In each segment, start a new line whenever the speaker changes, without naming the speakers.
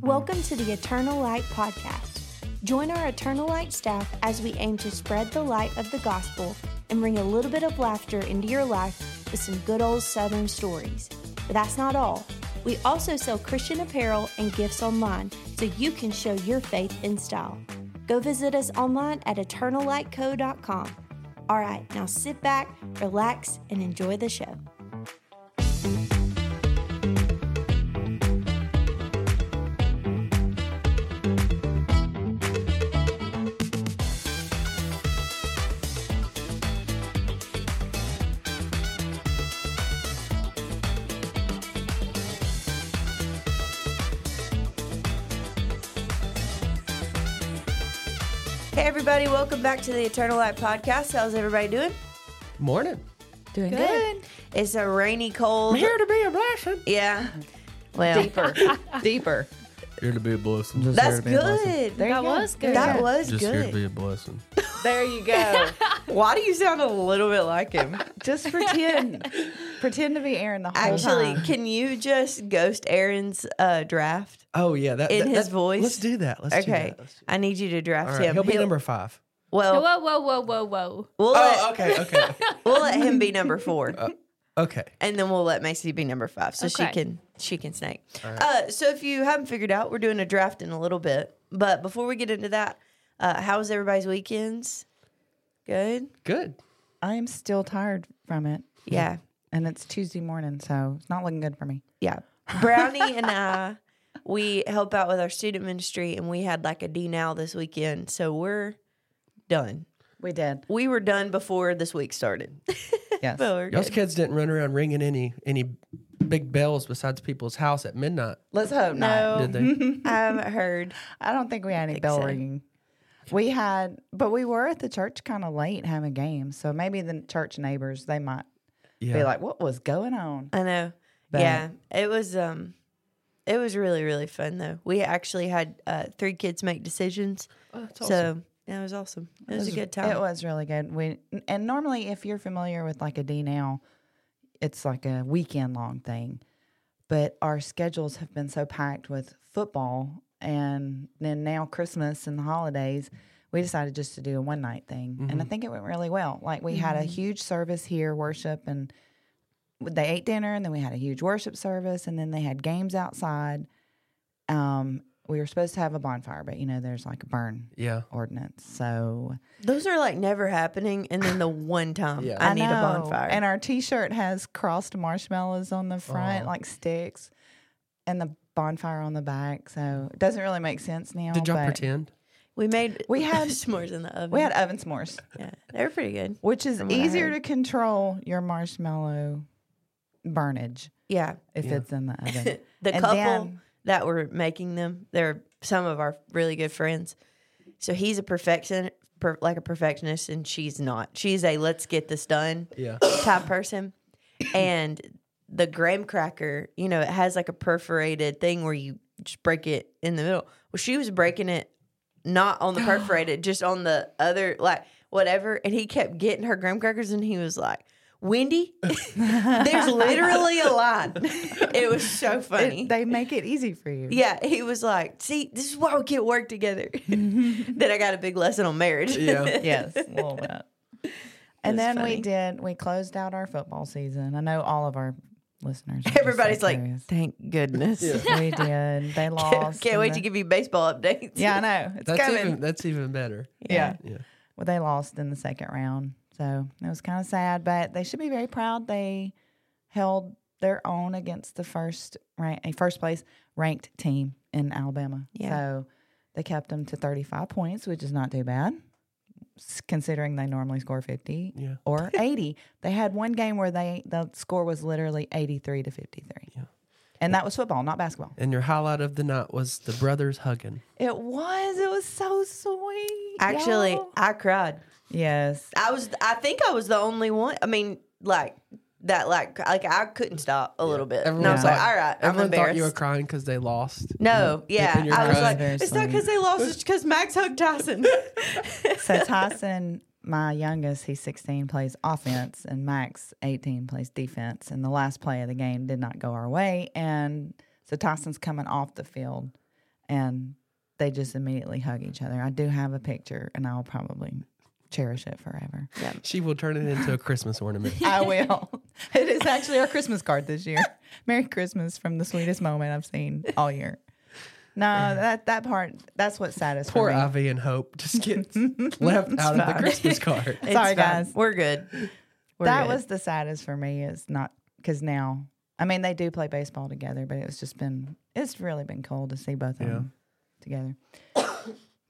Welcome to the Eternal Light Podcast. Join our Eternal Light staff as we aim to spread the light of the gospel and bring a little bit of laughter into your life with some good old Southern stories. But that's not all. We also sell Christian apparel and gifts online so you can show your faith in style. Go visit us online at eternallightco.com. All right, now sit back, relax, and enjoy the show. Hey, everybody, welcome back to the Eternal Light Podcast. How's everybody doing?
Morning.
Doing good.
It's a rainy, cold.
to be a blessing.
Yeah. Well,
Deeper. Deeper.
Here to be a blessing.
that's good.
That was good.
That was
Just here to
good.
be a blessing.
There you go.
Why do you sound a little bit like him?
Just pretend. pretend to be Aaron the whole
Actually,
time.
can you just ghost Aaron's uh, draft?
Oh yeah, that,
In
that-
his
that-
voice?
Let's do that. Let's do
Okay,
that. Let's do
I need you to draft
that. All right,
him.
he'll be number five.
Oh.
well,
Whoa, whoa, whoa, whoa, whoa.
we'll,
Oh,
let,
okay, okay,
we'll let him be number four,
okay.
and then we'll let Macy be number five, so she
Okay.
can she can snake. Uh, so if you haven't figured out, we're doing a draft in a little bit, but before we get into that, uh, how was everybody's weekends? Good.
Good.
I am still tired from it.
Yeah.
And it's Tuesday morning, so it's not looking good for me.
Yeah. Brownie and I, we help out with our student ministry and we had like a D now this weekend. So we're done.
We did.
We were done before this week started.
Yes.
But we're
Y'all's
good.
kids didn't run around ringing any any big bells besides people's house at midnight,
Let's hope not.
did Oh. they?
I haven't heard.
I don't think we had any bell
so.
ringing. We had, but we were at the church kind of late having games. So maybe the church neighbors, they might be
yeah.
like, what was going on?
I know.
But-
yeah. It was um it was really, really fun though. We actually had uh, three kids make decisions.
Oh,
So that was awesome. It was, a good time.
It was really good. We and normally, if you're familiar with like a D now, it's like a weekend long thing. But our schedules have been so packed with football, and then now Christmas and the holidays, we decided just to do a one night thing, and
Mm-hmm.
I think it went really well. Like we had a huge service here, worship, and they ate dinner, and then we had a huge worship service, and then they had games outside. Um, we were supposed to have a bonfire, but you know, there's like a burn
Yeah.
ordinance, so
Those are like never happening and then the one time
Yeah.
I, need a
know.
bonfire. Oh.
And our t-shirt has crossed marshmallows on the front,
Aw.
like sticks, and the bonfire on the back. So it doesn't really make sense now.
Did y'all
but
pretend?
we made
We had-
s'mores in the oven.
We had oven s'mores,
yeah, they were pretty good.
which is
From what I
easier
heard.
to control your marshmallow burnage
Yeah.
if
Yeah.
it's in the oven.
the
And
couple
then-
that were making them, they're some of our really good friends. So he's a perfection, per, like a perfectionist, and she's not. She's a let's get this done
Yeah.
type person. And the graham cracker, you know, it has like a perforated thing where you just break it in the middle. Well, she was breaking it not on the perforated, just on the other, like whatever. And he kept getting her graham crackers, and he was like, Wendy, there's literally a line. It was so
It-
funny.
they make it easy for you.
Yeah, he was like, "See, this is why we can't work together." then I got a big lesson on marriage.
Yeah.
yes, a little bit.
That's
And then
funny.
we did. We closed out our football season. I know all of our listeners. are just so
Everybody's like,
curious.
"Thank goodness."
we did. They lost.
Can't
and
wait
the-
to give you baseball updates.
Yeah, I know. It's
That's
coming.
even that's even better.
yeah.
Yeah.
Well, they lost in the second round. So it was kind of sad, but they should be very proud. They held their own against the first rank, a first place ranked team in Alabama.
Yeah.
So they kept them to 35 points, which is not too bad s- considering they normally score 50
Yeah.
or 80. They had one game where they the score was literally 83 to 53.
Yeah.
And that was football, not basketball.
And your highlight of the night was the brothers hugging.
It was. It was so sweet.
Actually,
y'all.
I cried.
yes.
I was. I think I was the only one. I mean, like that. Like, like I couldn't stop a little bit. and I was like,
thought-
"All right, I'm
everyone thought
embarrassed."
you were crying because they lost.
no, yeah,
and you're
I was
crying.
like,
Very
"It's not
sweet.
because they lost. It's because Max hugged Tyson."
So Tyson, my youngest, he's 16, plays offense, and Max, 18, plays defense. And the last play of the game did not go our way. And so Tyson's coming off the field and they just immediately hug each other. I do have a picture, and I'll probably cherish it forever.
She will turn it into a Christmas ornament.
I will. It is actually our Christmas card this year. Merry Christmas from the sweetest moment I've seen all year. No, that that part that's what's saddest
Poor
for me.
Ivy and Hope just get left out of the
fine.
Christmas card.
Sorry, guys.
We're good. We're
that
good.
was the saddest for me is not because now I mean they do play baseball together, but it's just been it's really been cool to see both of them together.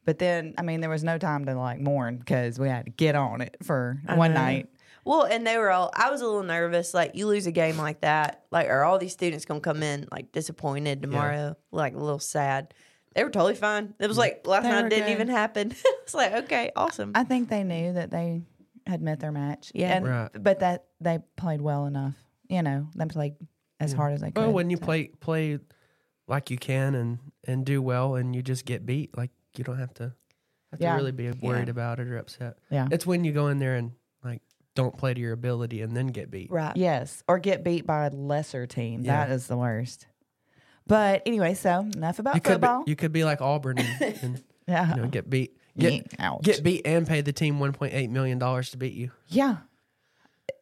But then I mean there was no time to like mourn because we had to get on it for one night.
well, and they were all. I was a little nervous. Like you lose a game like that. Like are all these students gonna come in like disappointed tomorrow? Like a little sad. They were totally fine.
Mm.
It was like last
They
night
were
didn't
good.
even happen. it's like okay, awesome.
I think they knew that they had met their match.
Yeah.
and,
Right.
but that they played well enough. You know, they played as hard as they could.
Well, when you
so.
play play like you can and and do well, and you just get beat, like you don't have to have
Yeah.
to really be worried about it or upset.
yeah,
It's when you go in there and like don't play to your ability and then get beat.
Right.
Uh, yes, or get beat by a lesser team.
Yeah.
That is the worst. But anyway, so enough about
You could be,
football.
you could be like Auburn and, and
yeah,
you know, get beat. Get,
Yeah, ouch.
get beat and pay the team one point eight million dollars to beat you.
yeah.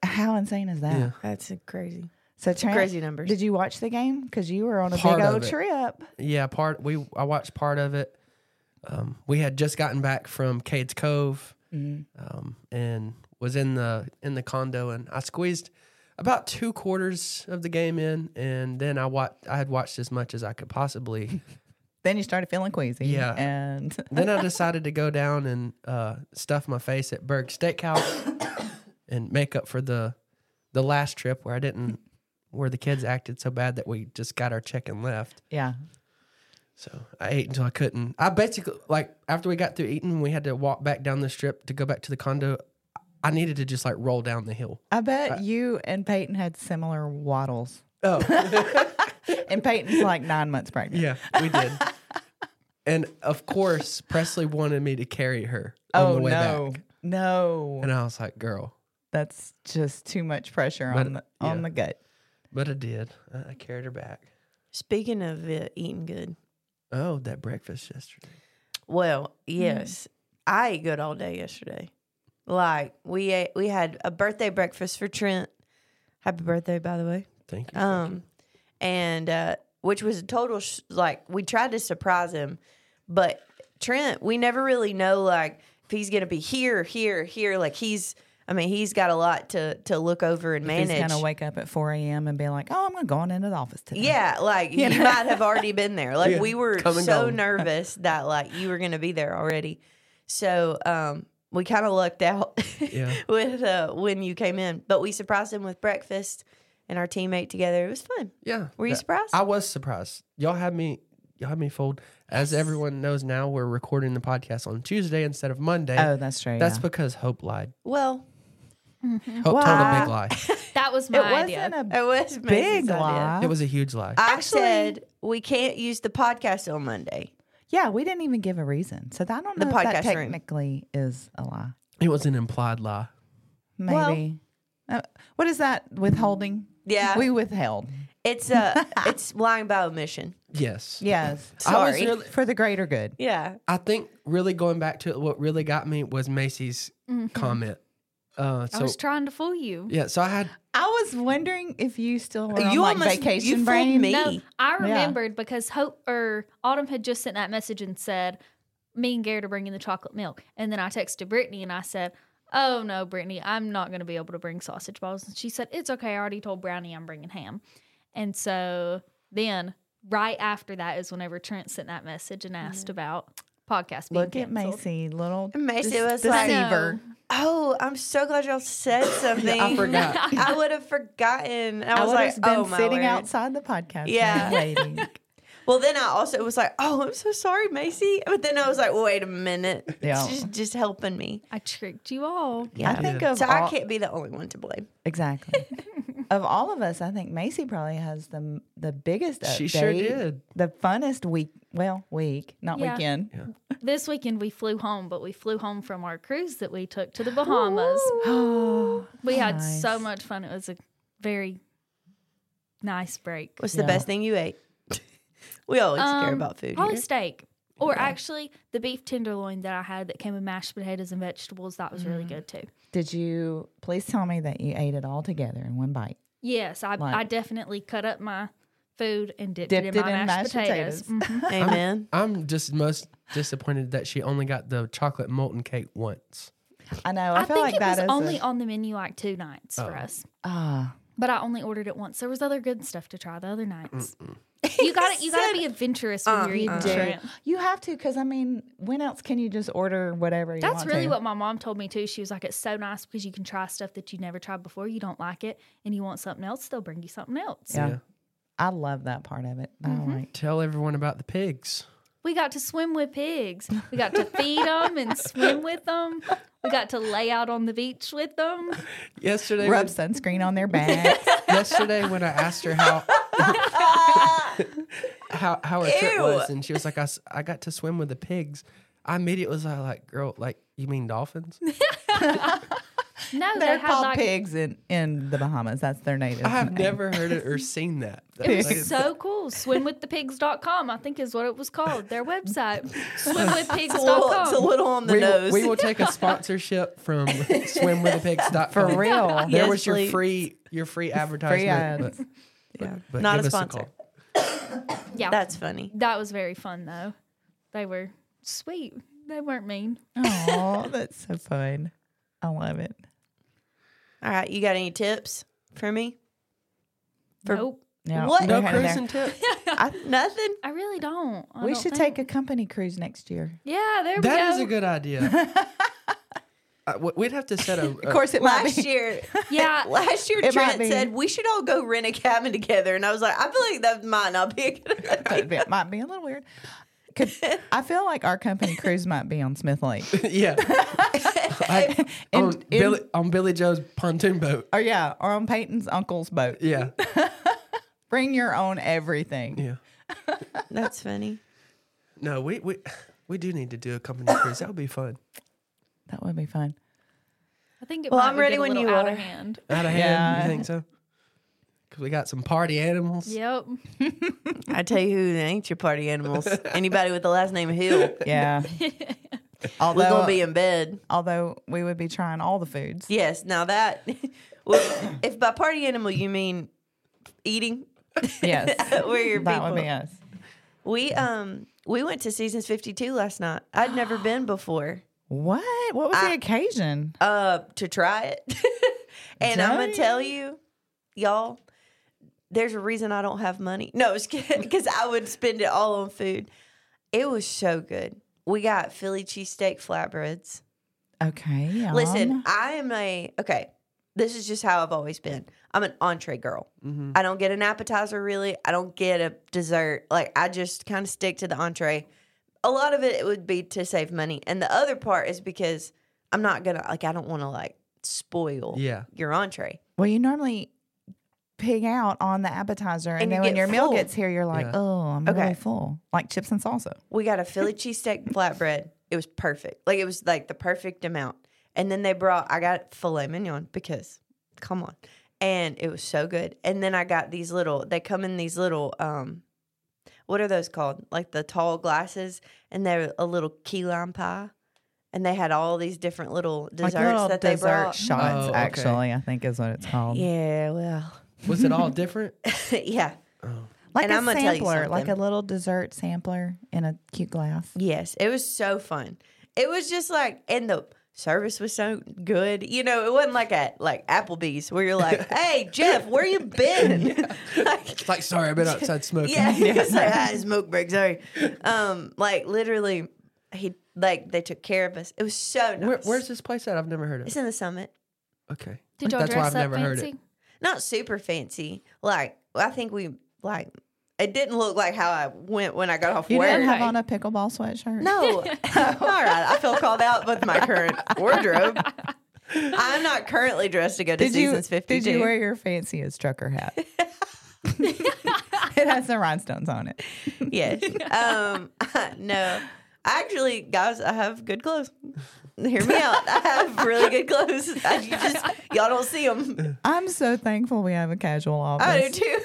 How insane is that?
Yeah.
That's crazy.
So Trent,
Crazy numbers.
Did you watch the game? Because you were on a
Part
big
of
old
it.
trip.
Yeah, part we I watched part of it. Um, we had just gotten back from Cades Cove, um, and was in the in the condo, and I squeezed about two quarters of the game in, and then I watched I had watched as much as I could possibly.
Then you started feeling queasy.
Yeah.
and
then I decided to go down and uh, stuff my face at Berg Steakhouse and make up for the the last trip where I didn't where the kids acted so bad that we just got our check and left.
yeah,
So I ate until I couldn't. I basically like after we got through eating, we had to walk back down the strip to go back to the condo. I needed to just like roll down the hill.
I bet you and Peyton had similar waddles.
Oh
And Peyton's like nine months pregnant.
yeah, we did. And of course, Presley wanted me to carry her on
Oh
the way
no,
back,
no,
and I was like, "Girl,"
that's just too much pressure
But,
on the
yeah.
on the gut. but
but I did. I, I carried her back.
Speaking of uh, eating good,
Oh, that breakfast yesterday.
Well, yes, I ate good all day yesterday. Like we ate, we had a birthday breakfast for Trent. Happy birthday, by the way.
Thank you. thank you.
Um, and uh, which was a total sh- like we tried to surprise him, but Trent, we never really know like if he's gonna be here, here, here. Like he's, I mean, he's got a lot to to look over and
He's
manage.
gonna wake up at four a.m. and be like, "Oh, I'm gonna go on into the office today."
Yeah, like you might have already been there. Like
Yeah,
we were
come and
so
go.
nervous that like you were gonna be there already. So um we kind of lucked out
Yeah.
with uh, when you came in, but we surprised him with breakfast and our teammate together. It was fun.
Yeah.
Were you
that-
surprised?
I was surprised. Y'all had me. Y'all had me fooled. As everyone knows now, we're recording the podcast on Tuesday instead of Monday.
Oh, that's true.
That's
yeah.
because Hope lied.
Well,
Hope Oh, told a big lie.
That was
it
my idea.
wasn't a
it was
big
Macy's idea.
lie.
It was a huge lie.
I
Actually-
said we can't use the podcast on Monday.
yeah, we didn't even give a reason, so I don't
The
know if that
podcast room.
technically is a lie.
It was an implied lie.
Well-
Maybe. Uh, what is that withholding?
Yeah.
we withheld.
It's uh it's lying by omission.
Yes.
Yes,
I was
Sorry.
really-
for the greater good.
Yeah.
I think really going back to it, what really got me was Macy's comment. Uh,
Mm-hmm. I
so
was trying to fool you.
yeah, so I had
I was wondering if you still were on
You
like
almost- you
vacation
fooled
brain.
me.
No, I remembered because Hope or Autumn had just sent that message and said, "Me and Garrett are bringing the chocolate milk." And then I texted Brittany and I said, "Oh no, Brittany, I'm not going to be able to bring sausage balls." And she said, "It's okay. I already told Brownie I'm bringing ham." And so then, right after that is whenever Trent sent that message and asked about podcast.
Mm.
Being
Look at
canceled.
Macy, little
Macy
dec-
was like-
I know.
deceiver.
Oh, I'm so glad y'all said something.
I forgot.
I would have forgotten. I,
I
was
would
like,
have been
oh my
sitting
word.
outside the podcast.
Yeah.
Yeah. Waiting.
Well, then I also was like, oh, I'm so sorry, Macy. But then I was like, wait a minute.
Yeah.
She's just helping me.
I tricked you all.
I think of
So I
all,
can't be the only one to blame.
exactly of all of us. I think Macy probably has the the biggest. Update,
She sure did.
The funnest week. Well, week, not
Yeah.
weekend.
This weekend we flew home, but we flew home from our cruise that we took to the Bahamas.
Oh,
We had so
nice.
much fun. It was a very nice break.
What's the
Yeah.
best thing you ate? We always care
Um,
about food.
Probably
here.
steak. Or actually, the beef tenderloin that I had that came with mashed potatoes and vegetables, that was
Mm-hmm.
really good too.
Did you please tell me that you ate it all together in one bite?
Yes, I,
Like-
I definitely cut up my food and dipped,
Dipped
it in
it
my
in
mashed,
mashed
potatoes.
potatoes.
Mhm.
Amen.
I'm just most disappointed that she only got the chocolate molten cake once.
I know. I,
I
feel
think
like
it
that is
was only
a,
on the menu like two nights for
Oh.
us,
ah,
but I only ordered it once. There was other good stuff to try the other nights. You got to You got to be adventurous when you're eating
do.
shrimp.
You have to, because I mean, when else can you just order whatever you
That's
want
really
to?
what my mom told me too. She was like, "It's so nice because you can try stuff that you never tried before. You don't like it, and you want something else, they'll bring you something else."
Yeah. I love that part of it.
Mm-hmm.
I like.
Tell everyone about the pigs.
We got to swim with pigs. We got to feed them and swim with them. We got to lay out on the beach with them.
Yesterday,
Rub
when,
sunscreen on their back.
yesterday when I asked her how how how her trip
Ew.
was, and she was like, I, s- I got to swim with the pigs. I immediately was like, girl, like you mean dolphins?
No,
They're
they had
called
like
pigs in, in the Bahamas. That's their native.
I have
name.
never heard it or seen that.
it
Like,
was so cool. Swimwiththepigs.com, I think is what it was called. Their website. Swimwithpigs.com.
It's a little, it's a little on the
we, will,
nose.
we will take a sponsorship from swimwiththepigs.com.
For real.
There
Yes,
was your
please.
free your free advertisement.
ads.
but-
Yeah.
but
Not
give
a
us
sponsor.
call.
Yeah.
That's funny.
that was very fun though. They were sweet. They weren't mean.
Oh, that's so fun. I love it.
All right, you got any tips for me? For-
nope.
Yeah,
What?
we
No
had it there.
cruising tip.
I, nothing.
I really don't. I
We
don't
should
think-
take a company cruise next year.
Yeah, there we
That
go.
is a good idea. Uh, we- we'd have to set a.
Of course, it might
Last
be.
year,
yeah.
last year
It might
Trent
be.
said we should all go rent a cabin together, and I was like, I feel like that might not be a good idea.
Might be- might be a little weird. Could, I feel like our company cruise might be on Smith Lake.
yeah. Like,
In-
on,
in-
Billy, on Billy Joe's pontoon boat.
Or yeah, or on Peyton's uncle's boat.
Yeah.
Bring your own everything.
Yeah.
That's funny.
No, we we we do need to do a company cruise. That would be fun.
That would be fun.
I think it
Well,
might
I'm
be
ready
getting
when
a little
you
out
are.
of hand.
Out of hand,
Yeah.
you think so? Because we got some party animals.
Yep.
I tell you who ain't your party animals. Anybody with the last name Hill,
Yeah.
we're
although, uh,
gonna be in bed.
although we would be trying all the foods.
Yes. Now that, well, if by party animal you mean eating,
Yes.
we're your
that
people.
would be us.
We um we went to seasons fifty two last night. I'd never been before.
What? What was
I-
the occasion?
Uh, to try it, and I'm gonna
Dang.
tell you, y'all. There's a reason I don't have money. No, it's because I would spend it all on food. It was so good. We got Philly cheesesteak flatbreads.
Okay. yum.
Listen, I am a okay. This is just how I've always been. I'm an entree girl.
Mhm.
I don't get an appetizer really. I don't get a dessert. Like I just kind of stick to the entree. A lot of it, it would be to save money, and the other part is because I'm not gonna like I don't want to like spoil
Yeah.
your entree.
Well, you normally pig out on the appetizer, and,
And you
then when
get
your meal
full.
gets here, you're like,
Yeah.
"Oh, I'm
Okay.
really full," like chips and salsa.
We got a Philly cheesesteak flatbread. It was perfect. Like it was like the perfect amount. And then they brought I got filet mignon because come on. And it was so good. And then I got these little they come in these little um what are those called? Like the tall glasses and they're a little key lime pie. And they had all these different little desserts
like little
that they
dessert
brought.
shots,
Oh, okay.
actually, I think is what it's called.
yeah, well.
Was it all different?
yeah.
Like
And
a
I'm gonna tell you
sampler, like a
something.
little dessert sampler in a cute glass.
Yes, it was so fun. It was just like, and the service was so good. You know, it wasn't like at like Applebee's where you're like, "Hey, Jeff, where you been?" like,
It's like, sorry, I've been outside smoking.
yeah, it's like, ah, smoke break. Sorry. Um, like literally, he like they took care of us. It was so nice.
Where, where's this place at? I've never heard of.
It's in the summit.
Okay.
Did y'all
That's why
dress
I've
up
never heard
fancy?
it.
Not super fancy. Like I think we like it didn't look like how I went when I got off
You
work.
didn't have
Right.
on a pickleball sweatshirt.
No. All right. I feel called out with my current wardrobe. I'm not currently dressed to go to
Did you,
seasons
did
52.
you wear your fanciest trucker hat? it has the rhinestones on it.
yes. Um, no. Actually, guys, I have good clothes. Hear me out. I have really good clothes. I, you just, y'all don't see them.
I'm so thankful we have a casual office.
Uh, I do too.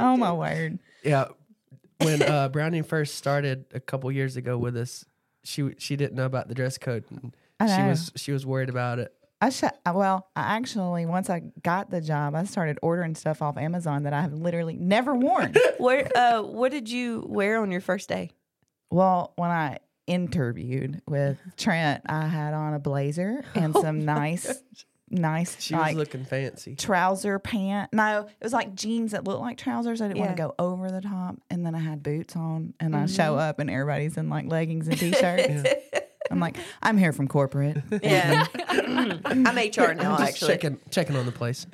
oh my word!
Yeah. when uh, Browning first started a couple years ago with us, she she didn't know about the dress code. And
I
she
know.
was she was worried about it.
I sh- well, I actually once I got the job, I started ordering stuff off Amazon that I have literally never worn.
What uh, what did you wear on your first day?
well, when I interviewed with Trent, I had on a blazer and some nice, nice
Oh She was
like
looking fancy.
trouser pant. No, it was like jeans that looked like trousers. I didn't want to
Yeah.
go over the top, and then I had boots on, and I show
Mm-hmm.
up and everybody's in like leggings and t-shirts. I'm like, I'm here from corporate.
Yeah, I'm HR now.
Just
actually,
checking checking on the place.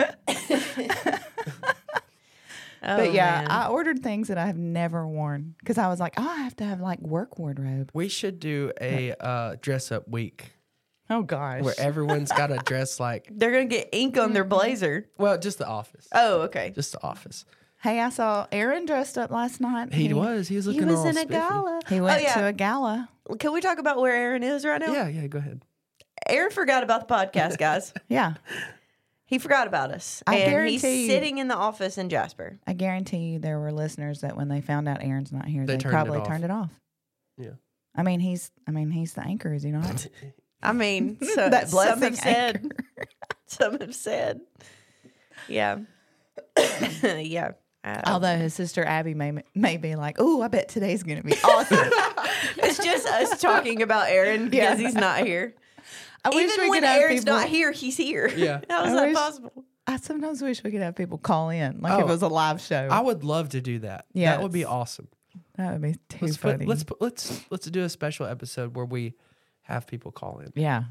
Oh,
but yeah,
man.
I ordered things that I have never worn because I was like, oh, I have to have like work wardrobe.
We should do a uh, dress up week
Oh gosh.
where e everyone's got to dress like
they're gonna get ink on their blazer.
well, just the office,
Mm-hmm.
Uh,
Oh, okay.
just the office.
hey, I saw Aaron dressed up last night.
He was he was looking all spiffy.
He went
Oh, yeah.
to a gala.
Can we talk about where Aaron is right now?
Yeah, yeah. Go ahead.
Aaron forgot about the podcast, guys.
Yeah,
he forgot about us,
I
and he's
guarantee you-
sitting in the office in Jasper.
I guarantee you there were listeners that when they found out Aaron's not here,
They
they,
turned it
probably
off.
turned it off.
Yeah.
I mean, he's I mean he's the anchor, is he not?
I mean, so
that
some
blessing
have said,
anchor.
some have said, yeah, yeah. I don't-
Although his sister Abby may may be like, "Oh, I bet today's gonna be awesome."
It's just us talking about Aaron because
Yeah.
he's not here.
I wish
Even
we
when
could have
Aaron's
people-
not here, he's here.
Yeah.
How is
I
that
wish-
possible?
I sometimes wish we could have people call in, like if
Oh.
it was a live show.
I would love to do that. Yeah, that would be
Yes.
awesome.
that would be too
Let's
funny.
put, let's put, let's let's do a special episode where we have people call in.
yeah.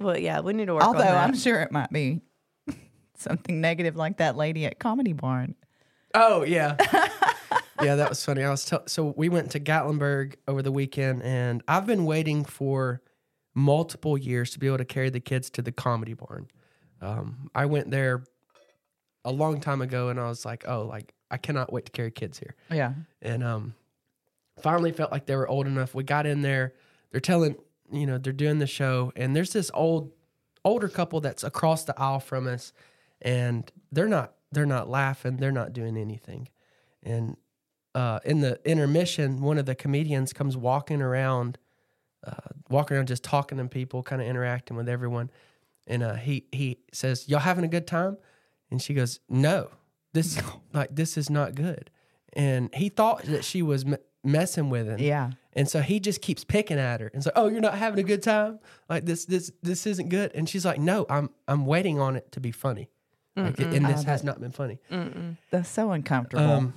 Well, yeah, we need to work
Although
on that.
I'm sure it might be something negative, like that lady at Comedy Barn.
Oh yeah, yeah, that was funny. I was tell- so we went to Gatlinburg over the weekend, and I've been waiting for multiple years to be able to carry the kids to the Comedy Barn. Um, I went there a long time ago, and I was like, oh, like I cannot wait to carry kids here.
Yeah.
and um, finally felt like they were old enough. We got in there. They're telling, you know, they're doing the show, and there's this old, older couple that's across the aisle from us, and they're not, they're not laughing, they're not doing anything, and uh, in the intermission, one of the comedians comes walking around, uh, walking around just talking to people, kind of interacting with everyone, and uh, he he says, "Y'all having a good time?" And she goes, "No, this like this is not good." And he thought that she was m- messing with him,
Yeah.
and so he just keeps picking at her and so, "Oh, you're not having a good time? Like this this this isn't good." And she's like, "No, I'm I'm waiting on it to be funny." Like, and this has not been funny.
That's so uncomfortable.
Um,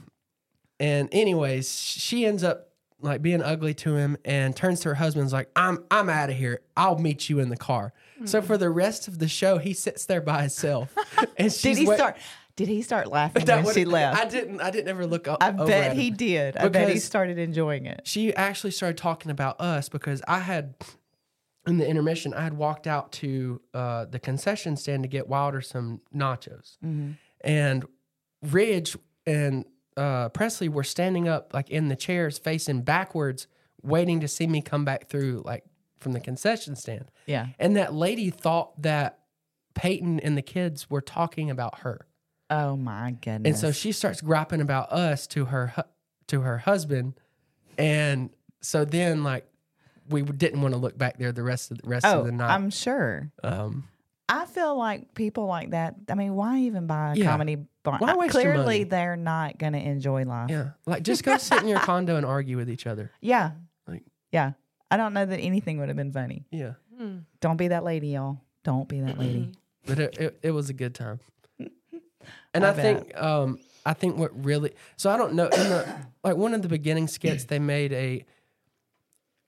and anyways, she ends up like being ugly to him and turns to her husband's like, "I'm I'm out of here. I'll meet you in the car." So
Mm.
for the rest of the show, he sits there by himself. and she's
did he
wait-
start? Did he start laughing
That
when
would-
she left?
I didn't. I didn't ever look up.
I
over
bet
at
he
him.
did. I bet he
Because-
started enjoying it.
She actually started talking about us because I had. In the intermission, I had walked out to uh, the concession stand to get Wilder some nachos. and Ridge and uh, Presley were standing up like in the chairs, facing backwards, waiting to see me come back through like from the concession stand.
Yeah.
And that lady thought that Peyton and the kids were talking about her,
Oh my
and
goodness.
so she starts griping about us to her hu- to her husband, and so then like we didn't want to look back there the rest of the rest
oh,
of the night.
I'm sure.
um,
I feel like people like that. I mean, why even buy a
Yeah.
comedy barn?
Why waste your
Clearly,
money?
they're not going to enjoy life.
yeah, like just go sit in your condo and argue with each other.
Yeah.
Like-
yeah. I don't know that anything would have been funny.
Yeah.
Don't be that lady, y'all. Don't be that lady.
but it, it, it was a good time. And I,
I
think um, I think what really so I don't know in the, like one of the beginning skits they made a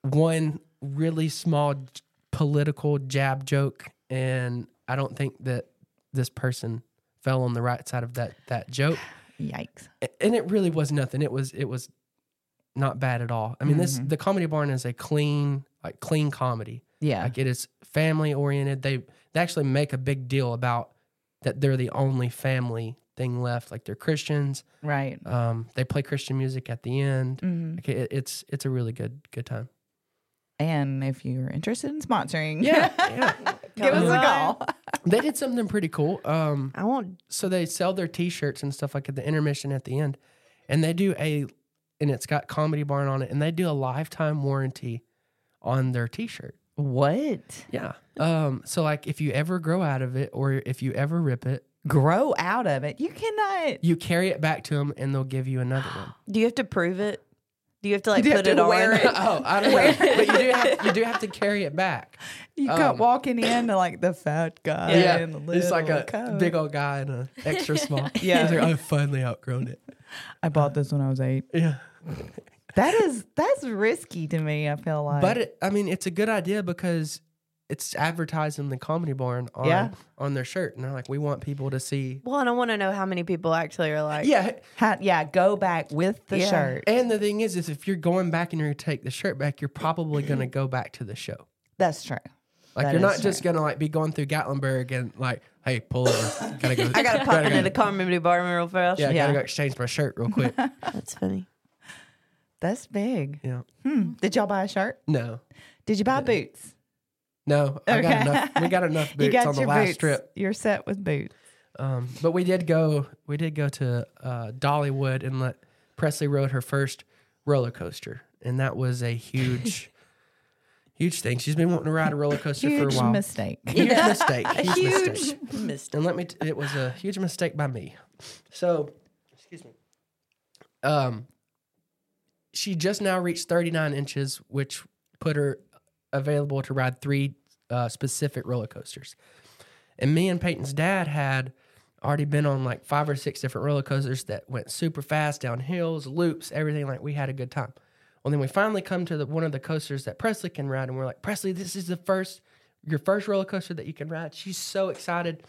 one really small j- political jab joke and I don't think that this person fell on the right side of that that joke
Yikes.
A- and it really was nothing it was it was not bad at all. I mean this the comedy barn is a clean like clean comedy.
Yeah.
Like it is family oriented. They they actually make a big deal about that they're the only family thing left. Like they're Christians.
right.
Um, they play Christian music at the end.
hmm
Like it, it's it's a really good good time.
And if you're interested in sponsoring,
Yeah, yeah.
give us a
Come
call.
They did something pretty cool. Um,
I won't.
so they sell their T-shirts and stuff like at the intermission at the end, and they do a and it's got Comedy Barn on it, and they do a lifetime warranty on their T-shirt.
What?
Yeah. Um. So like, if you ever grow out of it, or if you ever rip it,
Grow out of it. You cannot.
you carry it back to them, and they'll give you another one.
Do you have to prove it? Do you have to like
Do you
put
have
it
to
on?
wear it?
oh, I don't know. But you do have you do have to carry it back.
You
Um,
got walking in to like the fat guy. and the
it's like
little
a
coat.
big old guy and a extra small.
Yeah.
He's like, I've finally outgrown it.
I bought this when I was eight.
Yeah.
That is that's risky to me. I feel like.
But it, I mean, it's a good idea because it's advertising the comedy barn on
Yeah.
on their shirt, and they're like, we want people to see.
Well, and I want to know how many people actually are like,
Yeah.
Ha- yeah, go back with the
Yeah.
shirt.
And the thing is, is if you're going back and you're gonna take the shirt back, you're probably gonna go back to the show.
That's true.
Like
That
you're
is
not
true.
just gonna like be going through Gatlinburg and like, hey, pull over, gotta go.
I gotta pop
gotta
into
go-
the comedy bar real fast.
Yeah, I
Yeah.
gotta go exchange my shirt real quick.
that's funny.
That's big.
yeah.
Hmm. Did y'all buy a shirt?
No.
Did you buy boots?
No, I
Okay.
got enough. We got enough
you
boots
got
on the
your
last
boots.
trip.
You're set with boots.
Um, but we did go. We did go to uh, Dollywood and let Presley rode her first roller coaster, and that was a huge, huge thing. She's been wanting to ride a roller coaster
Huge
for a while.
mistake.
Huge mistake. Huge,
Huge
mistake.
mistake.
And let me. T- it was a huge mistake by me. So, excuse me. Um, she just now reached 39 inches, which put her available to ride three uh, specific roller coasters. And me and Peyton's dad had already been on like five or six different roller coasters that went super fast down hills, loops, everything. Like we had a good time. Well, then we finally come to the, one of the coasters that Presley can ride, and we're like, Presley, this is the first, your first roller coaster that you can ride. She's so excited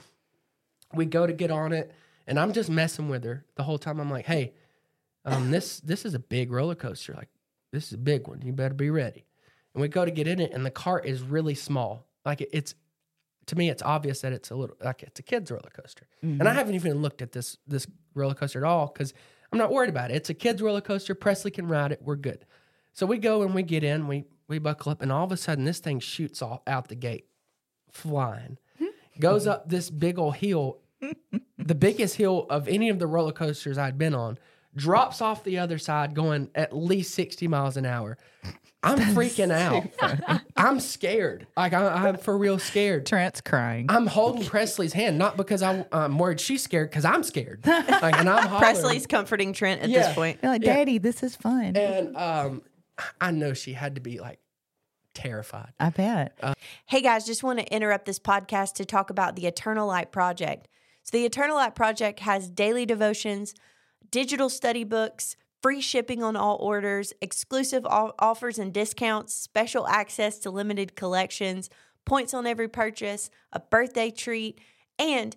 we go to get on it and i'm just messing with her the whole time i'm like hey um, this this is a big roller coaster like this is a big one you better be ready and we go to get in it and the cart is really small like it, it's to me it's obvious that it's a little like it's a kid's roller coaster and i haven't even looked at this this roller coaster at all because i'm not worried about it it's a kid's roller coaster presley can ride it we're good so we go and we get in we we buckle up and all of a sudden this thing shoots off out the gate flying goes up this big old hill the biggest hill of any of the roller coasters I'd been on, drops off the other side going at least 60 miles an hour. I'm freaking out. I'm scared. Like, I, I'm for real scared.
Trent's crying.
I'm holding Presley's hand, not because I, I'm worried she's scared, because I'm scared. Like, and I'm hollering.
Presley's comforting Trent at
Yeah.
this point.
You're like, Daddy, this is fun.
And um, I know she had to be like terrified.
I bet.
Hey guys, just want to interrupt this podcast to talk about the Eternal Light Project. So, the Eternal Light Project has daily devotions, digital study books, free shipping on all orders, exclusive o- offers and discounts, special access to limited collections, points on every purchase, a birthday treat, and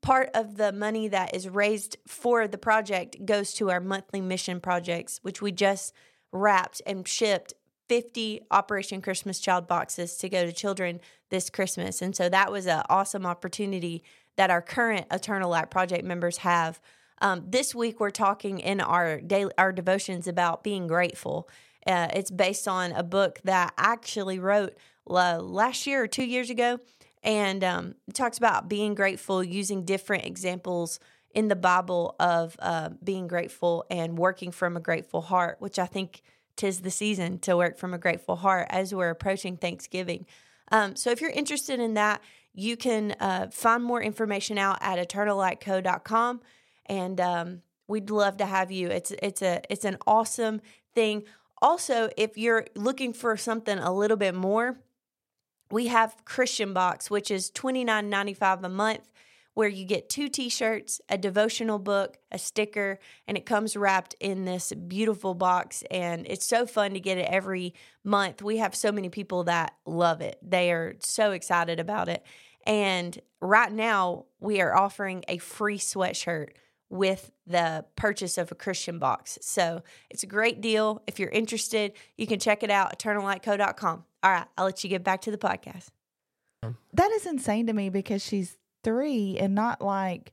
part of the money that is raised for the project goes to our monthly mission projects, which we just wrapped and shipped 50 Operation Christmas Child boxes to go to children this Christmas. And so that was an awesome opportunity that our current Eternal Light Project members have. Um, this week, we're talking in our daily, our devotions about being grateful. Uh, it's based on a book that I actually wrote la- last year or two years ago, and um, it talks about being grateful using different examples in the Bible of uh, being grateful and working from a grateful heart, which I think tis the season to work from a grateful heart as we're approaching Thanksgiving. Um, so if you're interested in that, you can uh, find more information out at eternallightco.com, and um, we'd love to have you. It's it's a it's an awesome thing. Also, if you're looking for something a little bit more, we have Christian Box, which is twenty nine ninety five a month, where you get two t shirts, a devotional book, a sticker, and it comes wrapped in this beautiful box. And it's so fun to get it every month. We have so many people that love it, they are so excited about it. And right now, we are offering a free sweatshirt with the purchase of a Christian box. So it's a great deal. If you're interested, you can check it out, eternallightco.com. All right, I'll let you get back to the podcast.
That is insane to me because she's three and not like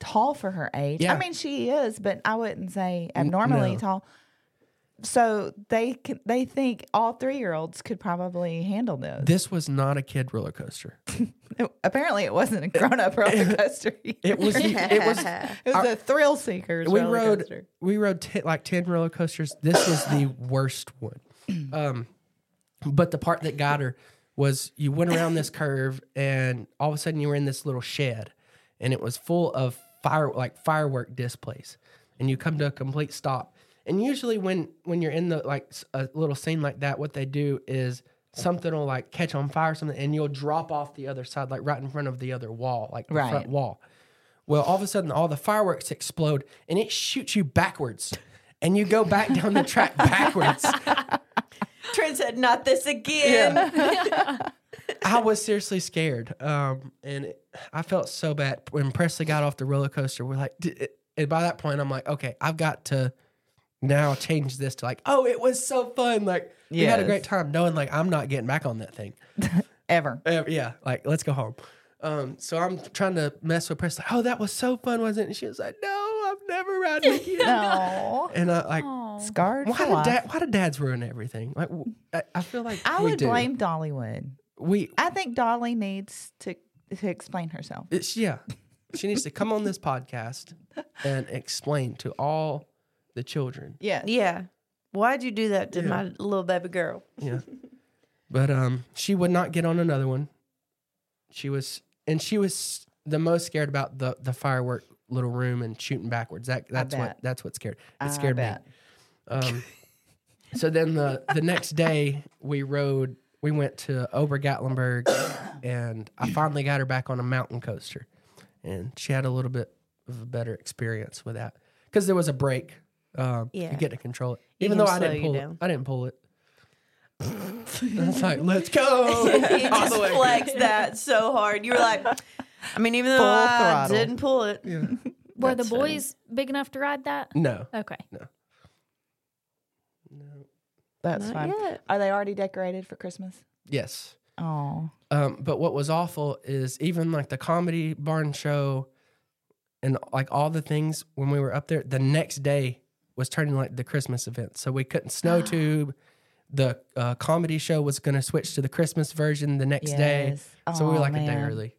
tall for her age.
Yeah.
I mean, she is, but I wouldn't say abnormally
no.
tall. So they can, they think all three year olds could probably handle this.
This was not a kid roller coaster.
Apparently, it wasn't a grown up roller coaster.
It was
either.
it was
it was a thrill seekers.
we
roller
rode
coaster.
we rode ten, like 10 roller coasters this was the worst one um but the part that got her was you went around this curve and all of a sudden you were in this little shed and it was full of fire like firework displays and you come to a complete stop and usually when when you're in the like s- a little scene like that what they do is something will like catch on fire or something and you'll drop off the other side like right in front of the other wall like the
Right.
front wall well, all of a sudden, all the fireworks explode and it shoots you backwards. And you go back down the track backwards.
Trent said, "Not this again."
I was seriously scared. Um, and it- I felt so bad. When Presley got off the roller coaster, we're like, "D- it-" and by that point, I'm like, okay, I've got to now change this to like, oh, it was so fun. Like, we had a
Yes.
great time knowing like I'm not getting back on that thing.
ever.
Uh, yeah, like let's go home. Um, so I'm trying to mess with Presley. Oh, that was so fun, wasn't it? And she was like, no, I'm never riding again.
No,
And I like,
scarred.
Why
for
did
life.
dad? Why did dads ruin everything? Like w- I, I feel like
I
we
would
do.
blame Dollywood.
we.
I think Dolly needs to to explain herself.
It's, yeah, she needs to come on this podcast and explain to all the children.
Yeah.
Yeah. Why'd you do that to my little baby girl?
Yeah, but um, she would not get on another one. She was, and she was the most scared about the the firework little room and shooting backwards. That that's what
bet.
that's what scared. It
I
scared me.
bet.
Um, so then the the next day we rode. We went to Obergatlinburg, and I finally got her back on a mountain coaster, and she had a little bit of a better experience with that because there was a break. Um,
Yeah.
you get to control it,
You
even
can
though I
slow
didn't
you
pull it.
down.
I didn't pull it. It's like let's go.
He just flexed that so hard. You were like, I mean, even though
Full
I
throttle.
didn't pull it.
Were the
That's funny.
boys big enough to ride that?
No,
Okay.
That's
Not
fine.
yet.
Are they already decorated for Christmas?
yes.
Oh,
Um, but what was awful is even like the comedy barn show and like all the things when we were up there, the next day was turning like the Christmas event. So we couldn't snow tube. The uh, comedy show was going to switch to the Christmas version the next day.
Yes.
So we were
Aw,
like a day
man.
early.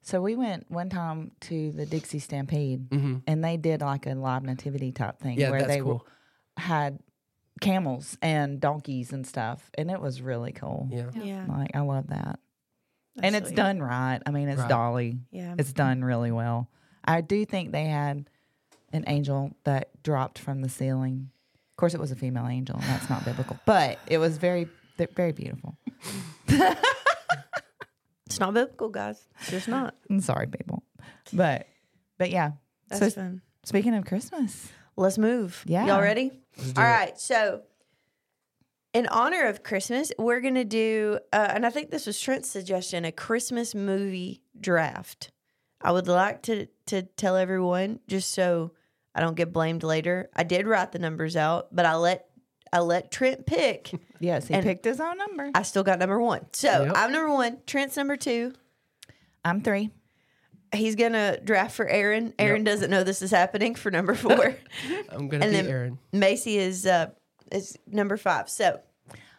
so we went one time to the Dixie Stampede,
hmm
and they did like a live nativity type thing
Yeah,
where
that's
they
cool.
had camels and donkeys and stuff, and it was really cool.
Yeah.
Yeah.
Like I love that, and
That's
it's
sweet.
done right. I mean, it's
Right.
Dolly.
Yeah.
It's done really well. I do think they had an angel that dropped from the ceiling. Of course, it was a female angel. and That's not biblical, but it was very, they're very beautiful.
It's not biblical, guys. It's just not.
I'm Mm, sorry, people, but but yeah.
That's
so
fun.
speaking of Christmas,
Let's move.
Yeah.
Y'all ready?
do
All
it.
right. So, in honor of Christmas, we're going to do, uh, and I think this was Trent's suggestion, a Christmas movie draft. I would like to, to tell everyone just so I don't get blamed later. I did write the numbers out, but I let I let Trent pick.
yes, he
And-
picked his own number.
I still got number one. So
Yep.
I'm number one. Trent's number two.
I'm three.
He's gonna draft for Aaron. Aaron doesn't know this is happening for number four.
I'm going to
And
be
then-
Aaron.
Macy is uh is number five. So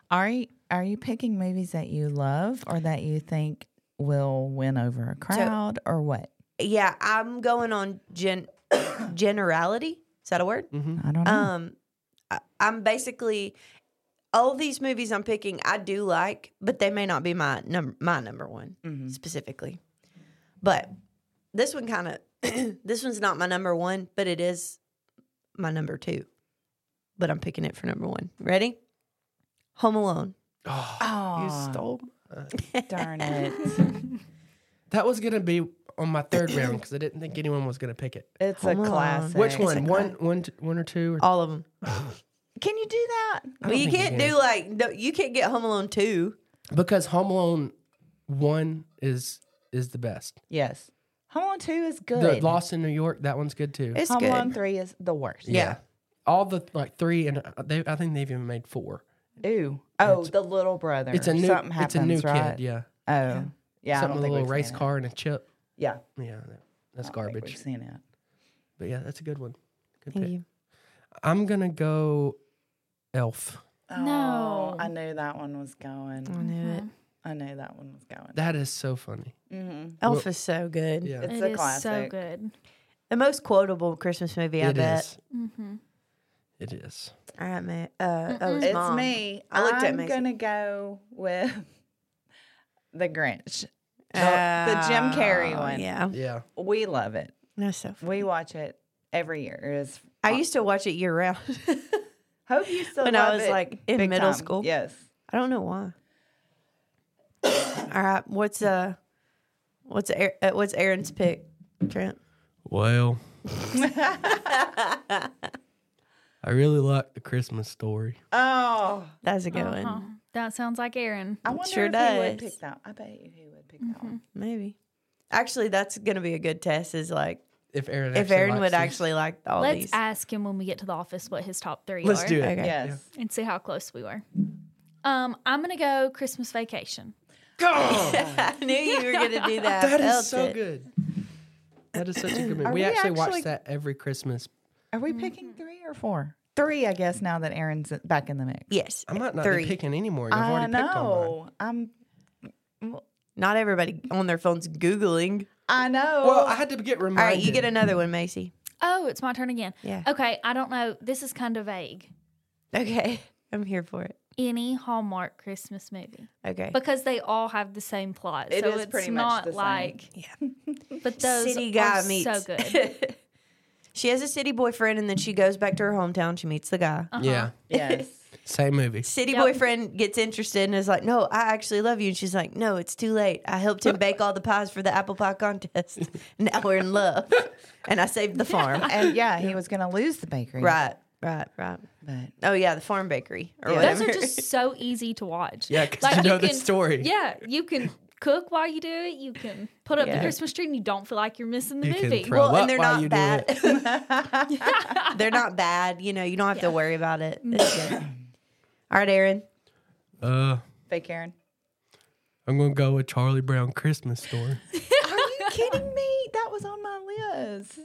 Are you are you picking movies that you love or that you think will win over a crowd or what?
yeah, I'm going on gen generality. Is that a word?
I don't know.
Um, I, I'm basically all these movies I'm picking I do like, but they may not be my num- my number one
Mm-hmm.
Mm-hmm.
specifically. But this one kind of this one's not my number one, but it is my number two. But I'm picking it for number one. Ready? Home Alone.
Oh,
Aw.
you stole.
Darn it!
That was going to be on my third round because I didn't think anyone was going to pick it.
It's
Home
a
Alone.
classic.
Which
It's
one?
like
One, one, t- one or two? Or
All of them.
Can you do that?
don't
Oh, you
think you
can't
can.
do like no, you can't get Home Alone two.
Because Home Alone 1 is is the best.
Yes. Home Alone Two is good.
The Lost in New York, that one's good too.
It's
Home
good.
Alone Three is the worst.
yeah.
All the like three, and uh, they, I think they've even made four.
Ooh. Oh, the little brother.
It's a new,
Something
it's
happens,
a new
right?
kid, yeah.
Oh. Yeah.
Something with a
I don't think
little
we've
race
seen it.
car and a chip.
Yeah.
Yeah, that- that's
I don't think We've
garbage.
seen it.
But yeah, that's a good one. Good
Thank
pick.
you.
I'm gonna go. Elf.
No. Mm-hmm.
Oh, I knew that one was going.
I knew it.
I knew that one was going.
That is so funny.
hmm
Elf is so good.
Yeah.
It's
It
a
is so
classic.
good.
The most quotable Christmas movie, I
It
bet.
is.
Mm-hmm.
It is.
All right, man. Uh, oh,
It's
mom.
me.
I looked at
I'm
Macy.
gonna go with the Grinch.
Uh,
the Jim Carrey one.
Yeah,
Yeah.
We love it.
that's so. Funny.
We watch it every year. It is
I used to watch it year round.
hope you still
When I
love
was,
it
like, in
big
middle
time.
school.
Yes.
I don't know why. All right, what's uh, what's Aar- uh, what's Aaron's pick, Trent?
Well, I really like the Christmas story.
Oh,
That's a good
Uh-huh.
one.
That sounds like Aaron.
I wonder
sure
if he would
does.
pick that. I bet you he would pick
Mm-hmm.
that one.
Maybe. Actually, that's gonna be a good test. Is like
If Aaron
if
actually
Aaron would
likes these.
actually like all
Let's
these.
ask him when we get to the office what his top three
Let's
are
do it.
Okay.
Yes.
and see how close we were. Um, I'm gonna go Christmas vacation.
I knew you were gonna do that. I
That
felt
is so
it.
good. That is such a good movie.
Are
We,
we
actually,
actually-
watch that every Christmas.
Are
Mm-hmm.
we picking three or four? Three, I guess. Now that Aaron's back in the mix.
Yes,
I might not
three.
be picking any more. I've
I
already picked on mine.
know. I'm.
Not everybody on their phones googling.
I know.
Well, I had to get
All
reminded.
right, you get another one, Macy.
Oh, it's my turn again.
Yeah.
Okay, I don't know. This is kind of vague.
Okay, I'm here for it.
Any Hallmark Christmas movie
Okay.
because they all have the same plot,
It
so
is
it's
pretty much
not
the same.
like
Yeah.
But those
city guy
are
meets.
so good.
she has a city boyfriend, and then she goes back to her hometown. She meets the guy.
Yeah,
yes.
same movie.
City
Yep.
boyfriend gets interested and is like, "No, I actually love you." And she's like, "No, it's too late. I helped him bake all the pies for the apple pie contest. now we're in love, and I saved the farm."
and yeah, he was going to lose the bakery.
right, right, right.
But
Oh yeah, the farm bakery or
Yeah.
whatever.
Those are just so easy to watch.
Yeah, 'cause you know the story.
Yeah, you can cook while you do it. You can put up the
Yeah.
Christmas tree, and you don't feel like you're missing the
You can
movie.
well,
throw- Grow
and they're
up while
not
you do
bad. they're not bad. You know, you don't have to worry about it. It's good. All right, Aaron.
Uh,
fake Aaron.
I'm gonna go with Charlie Brown Christmas Story.
Are you kidding me? That was on my list.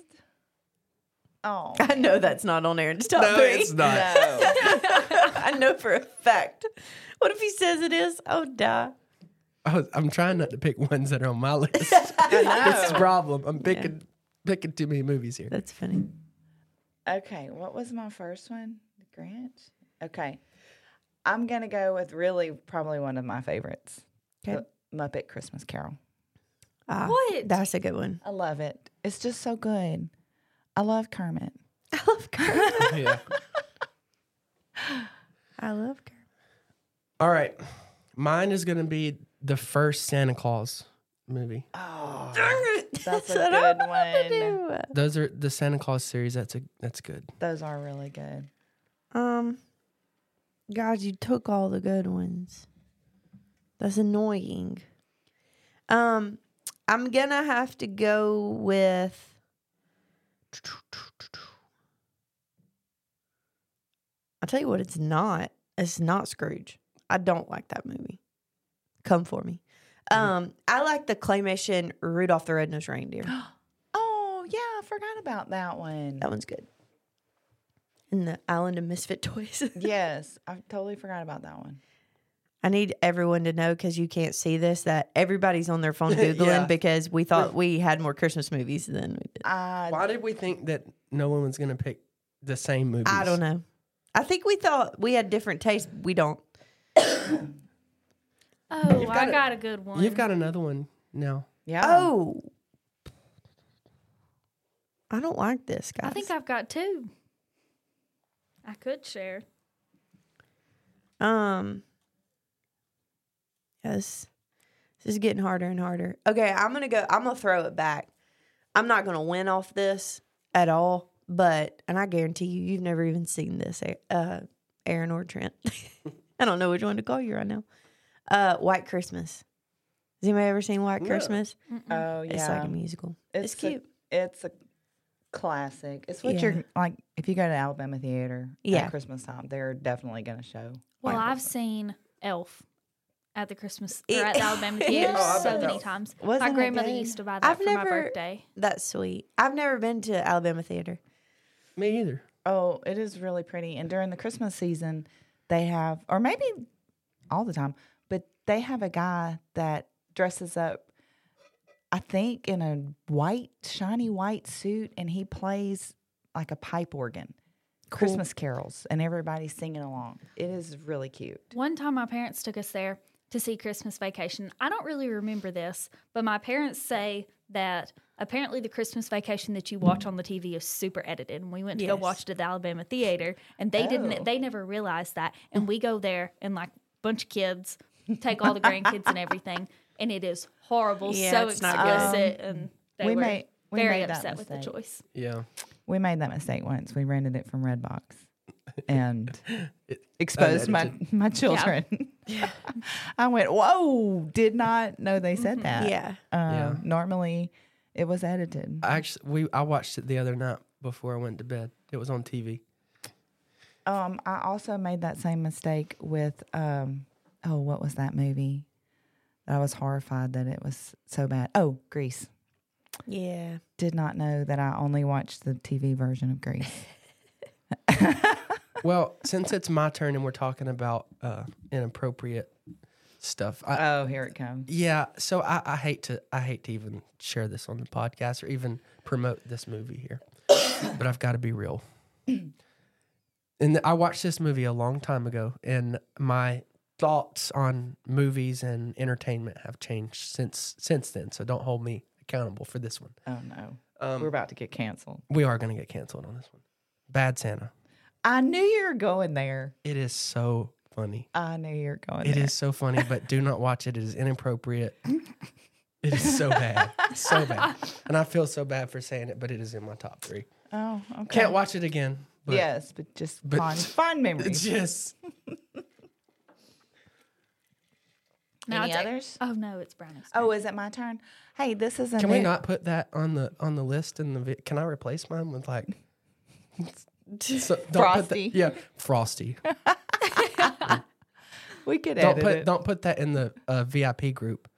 Oh.
I know that's not on Aaron's top
no,
three.
it's not.
No.
I know for a fact. What if he says it is? Oh, die.
I was, I'm trying not to pick ones that are on my list. this is the problem. I'm picking picking too many movies here.
That's funny.
Okay, what was my first one? The Grinch. Okay, I'm gonna go with really probably one of my favorites,
Okay.
The Muppet Christmas Carol.
Ah,
What?
That's a good one.
I love it. It's just so good. I love Kermit.
I love Kermit.
yeah.
I love Kermit.
All right, mine is gonna be the first Santa Claus movie.
Uh.
Oh,
That's
That's a
what I
good
wanted
one.
to
Those are the Santa Claus series. That's a that's good.
those are really good.
do. Um, God, you took all the good ones. That's annoying. Um, I'm gonna have to go with. I'll tell you what, it's not. It's not Scrooge. I don't like that movie. Come for me. Um, I like the claymation Rudolph the Red-Nosed Reindeer.
Oh yeah, I forgot about that one.
That one's good. And the Island of Misfit Toys.
Yes, I totally forgot about that one.
I need everyone to know because you can't see this that everybody's on their phone googling
Yeah.
because we thought we had more Christmas movies than we did.
Uh,
Why did we think that no one was gonna pick the same movies?
I don't know. I think we thought we had different tastes. We don't.
Oh,
You've
I
got a-
got a good one.
You've got another one now.
yeah.
Oh, I don't like this, guys.
I think I've got two. I could share.
Um. Yes. This is getting harder and harder. Okay, I'm gonna go. I'm gonna throw it back. I'm not gonna win off this at all. But and I guarantee you, you've never even seen this, A- uh, Aaron or Trent. I don't know which one to call you right now. Uh, White Christmas. Has anybody ever seen White
No.
Christmas?
Oh yeah.
It's like a musical. It's,
a-
cute.
it's a classic. It's what
Yeah.
you're like. If you go to Alabama Theater
Yeah.
at Christmas time, they're definitely going to show.
Well,
Why
I've seen Elf at the Christmas or
It-
at the Alabama theater
Oh, I
so
bet
many
Elf.
times. my
Wasn't it
grandmother
good?
used to buy that
I've
for my
never-
birthday.
That's sweet. I've never been to Alabama Theater.
Me either.
Oh, it is really pretty. And during the Christmas season, They have, or maybe all the time, but they have a guy that dresses up, I think, in a white, shiny white suit, and he plays like a pipe organ. Christmas carols and everybody's singing along. It is really cute.
One time my parents took us there to see Christmas Vacation. I don't really remember this, but my parents say that apparently the Christmas Vacation that you watch on the TV is super edited. And we went to go
Yes.
watch it at the Alabama Theater, and they
Oh.
didn't. They never realized that. And we go there and like bunch of kids take all the grandkids and everything, and it is horrible.
Yeah,
so
it's not good.
explicit, and they
we
were
made- we
very
made that
upset with the
mistake.
choice.
Yeah.
We made that mistake once. We rented it from Redbox and
It-
exposed my, my children. I went, whoa, did not know they said that.
Yeah.
Um,
Yeah.
Normally it was edited.
I actually we I watched it the other night before I went to bed. It was on TV.
Um, I also made that same mistake with, um, oh, what was that movie? I was horrified that it was so bad. Oh, Grease.
Yeah.
Did not know that I only watched the TV version of Grease.
Well, since it's my turn and we're talking about uh, inappropriate stuff, I,
oh, here it comes.
yeah. So I, I hate to I hate to even share this on the podcast or even promote this movie here, but I've got to be real. And I watched this movie a long time ago, and my thoughts on movies and entertainment have changed since since then. So don't hold me accountable for this one.
Oh, no.
Um,
We're about to get canceled.
we are going to get canceled on this one. Bad Santa.
I knew you were going there.
It is so funny.
I knew you were going
It
there.
is so funny, but do not watch it. It is inappropriate. It is so bad. So bad. And I feel so bad for saying it, but it is in my top three.
Oh, okay.
Can't watch it again. But
yes, but just
but-
fond, fond
It's
memories.
just
Now
Any
it's-
others?
Oh no, it's Brownie's.
Oh, is it my turn? Hey, this is a
can we
new-
not put that on the on the list in the vi- can I replace mine with like so, don't Put
Frosty.
that, yeah, frosty.
We could
don't
edit
put
it.
don't put that in the uh, VIP group.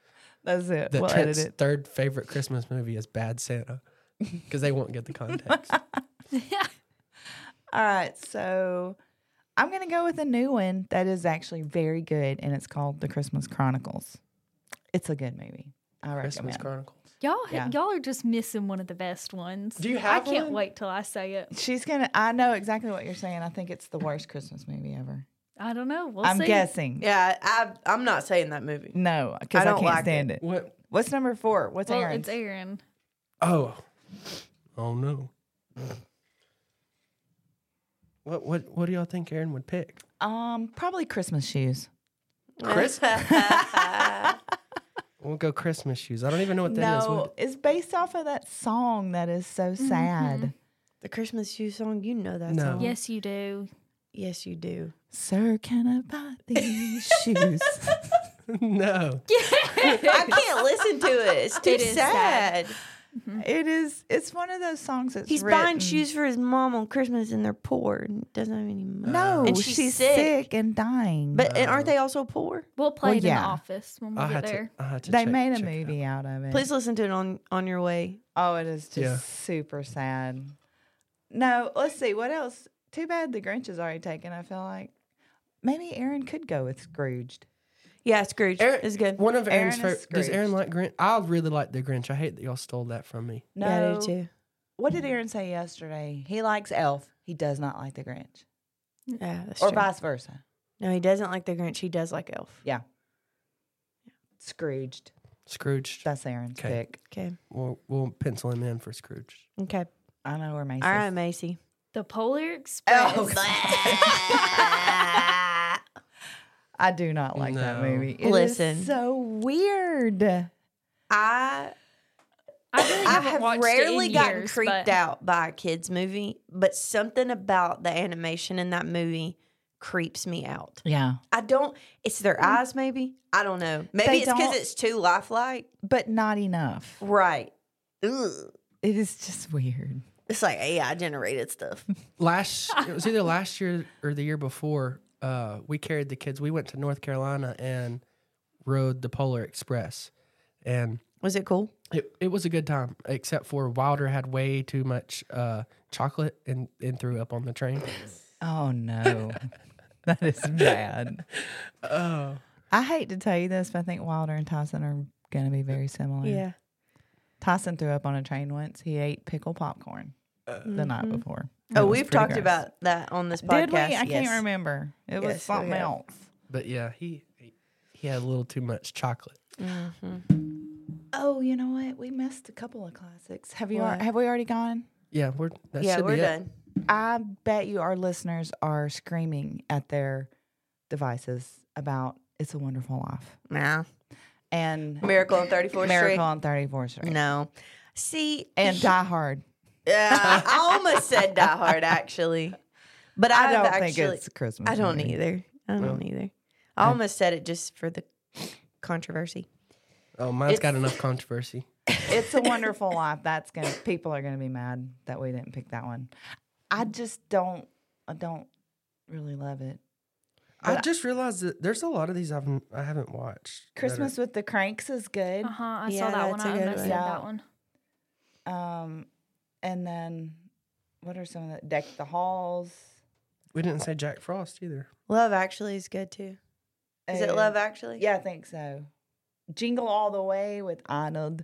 That's it.
That
we'll
Trent's
edit it.
third favorite Christmas movie is Bad Santa because they won't get the context.
All right, so I'm gonna go with a new one that is actually very good, and it's called The Christmas Chronicles. It's a good movie. I
Christmas
recommend.
Chronicles.
Y'all,
Yeah.
y'all are just missing one of the best ones.
Do you have
I can't
one?
wait till I say it.
She's gonna. I know exactly what you're saying. I think it's the worst Christmas movie ever.
I don't know. We'll
I'm
see.
guessing.
Yeah. I I'm not saying that movie.
No, because
I
I,
don't
can't
like it.
stand it.
What
What's number four? What's
Well,
Aaron's?
it's Aaron.
Oh. Oh no. What what what do y'all think Aaron would pick?
Um, probably Christmas shoes.
Chris? We'll go Christmas shoes. I don't even know what that is.
no,
What-
it's based off of that song that is so
Mm-hmm.
sad.
the Christmas shoe song, you know that
No.
song.
Yes, you do.
Yes, you do.
Sir, can I buy these shoes?
no.
I can't listen to it. It's too
It is
sad.
sad.
It is. It's one of those songs that's
He's
written-
buying shoes for his mom on Christmas and they're poor and doesn't have any
Oh.
money.
No,
And
Oh, she's,
she's
sick.
sick.
and dying.
But and aren't they also poor?
We'll play
Well,
it in
yeah.
the office when we
I
get
had to
there.
I had to
they
check-
made a
check it out.
movie out of it.
Please listen to it on on your way.
Oh, it is just
Yeah.
super sad. No, let's see what else. Too bad the Grinch is already taken. I feel like maybe Aaron could go with Scrooged.
Yeah, Scrooge
Aaron-
is good.
One of
Aaron
Aaron's
is
favorite. Does Aaron
Scrooged.
like Grinch? I really like the Grinch. I hate that y'all stole that from me.
No,
Yeah, I do too.
what did Aaron say yesterday? He likes Elf. He does not like the Grinch,
Yeah, that's
or
true.
vice versa.
No, he doesn't like the Grinch. He does like Elf.
Yeah. Scrooged.
Scrooge.
That's Aaron's
Okay.
pick.
Okay.
We'll we'll pencil him in for Scrooge.
Okay.
I know where Macy's.
All right, Macy.
The Polar Express.
I do not like that
No.
movie. It is
Listen.
so weird.
I
I really
I
haven't
have
watched it
rarely
in
gotten
years,
creeped
but
out by a kids movie, but something about the animation in that movie creeps me out.
Yeah,
I don't. It's their eyes, maybe. I don't know. Maybe
They
it's because
don't-
it's too lifelike.
but not enough.
Right. Ugh.
It is just weird.
It's like AI generated stuff.
Last it was either last year or the year before. Uh, we carried the kids. We went to North Carolina and rode the Polar Express, and
Was it cool?
It it was a good time, except for Wilder had way too much uh, chocolate and, and threw up on the train.
Oh no. That is bad.
Oh,
I hate to tell you this, but I think Wilder and Tyson are going to be very similar.
Yeah.
Tyson threw up on a train once. He ate pickle popcorn the night before. It
Oh,
was
we've
pretty
talked
gross.
about that on this podcast.
Did we? I can't
Yes.
remember. It was
Yes, we
something
have.
else.
but yeah, he he had a little too much chocolate.
Mm-hmm.
Oh, you know what? We missed a couple of classics. Have you?
What?
Have we already gone?
Yeah, we're that
Yeah,
should
we're
be it.
done.
I bet you our listeners are screaming at their devices about "It's a Wonderful Life"
Nah.
and
Miracle on 34th
"Miracle on 34th Street"
Street. No. See,
and "Die Hard."
yeah, I almost said Die Hard actually, but I've
I don't
actually,
think it's a Christmas.
I don't
movie.
either. I don't either. I almost said it just for the controversy.
Oh, mine's got enough controversy.
It's a Wonderful Life. That's gonna people are gonna be mad that we didn't pick that one. I just don't. I don't really love it.
I just realized that there's a lot of these I've n- I haven't watched. that are-
Christmas with the Cranks is good.
Uh-huh.
Uh huh. I
Yeah,
saw that one.
that's a
I
good
almost
one.
said
Yeah.
that one.
Um, and then what are some of the deck the halls?
we didn't say Jack Frost either.
Love Actually is good too. Is it
and-
Love Actually?
Eh, Yeah, I think so. Jingle all the way with Arnold,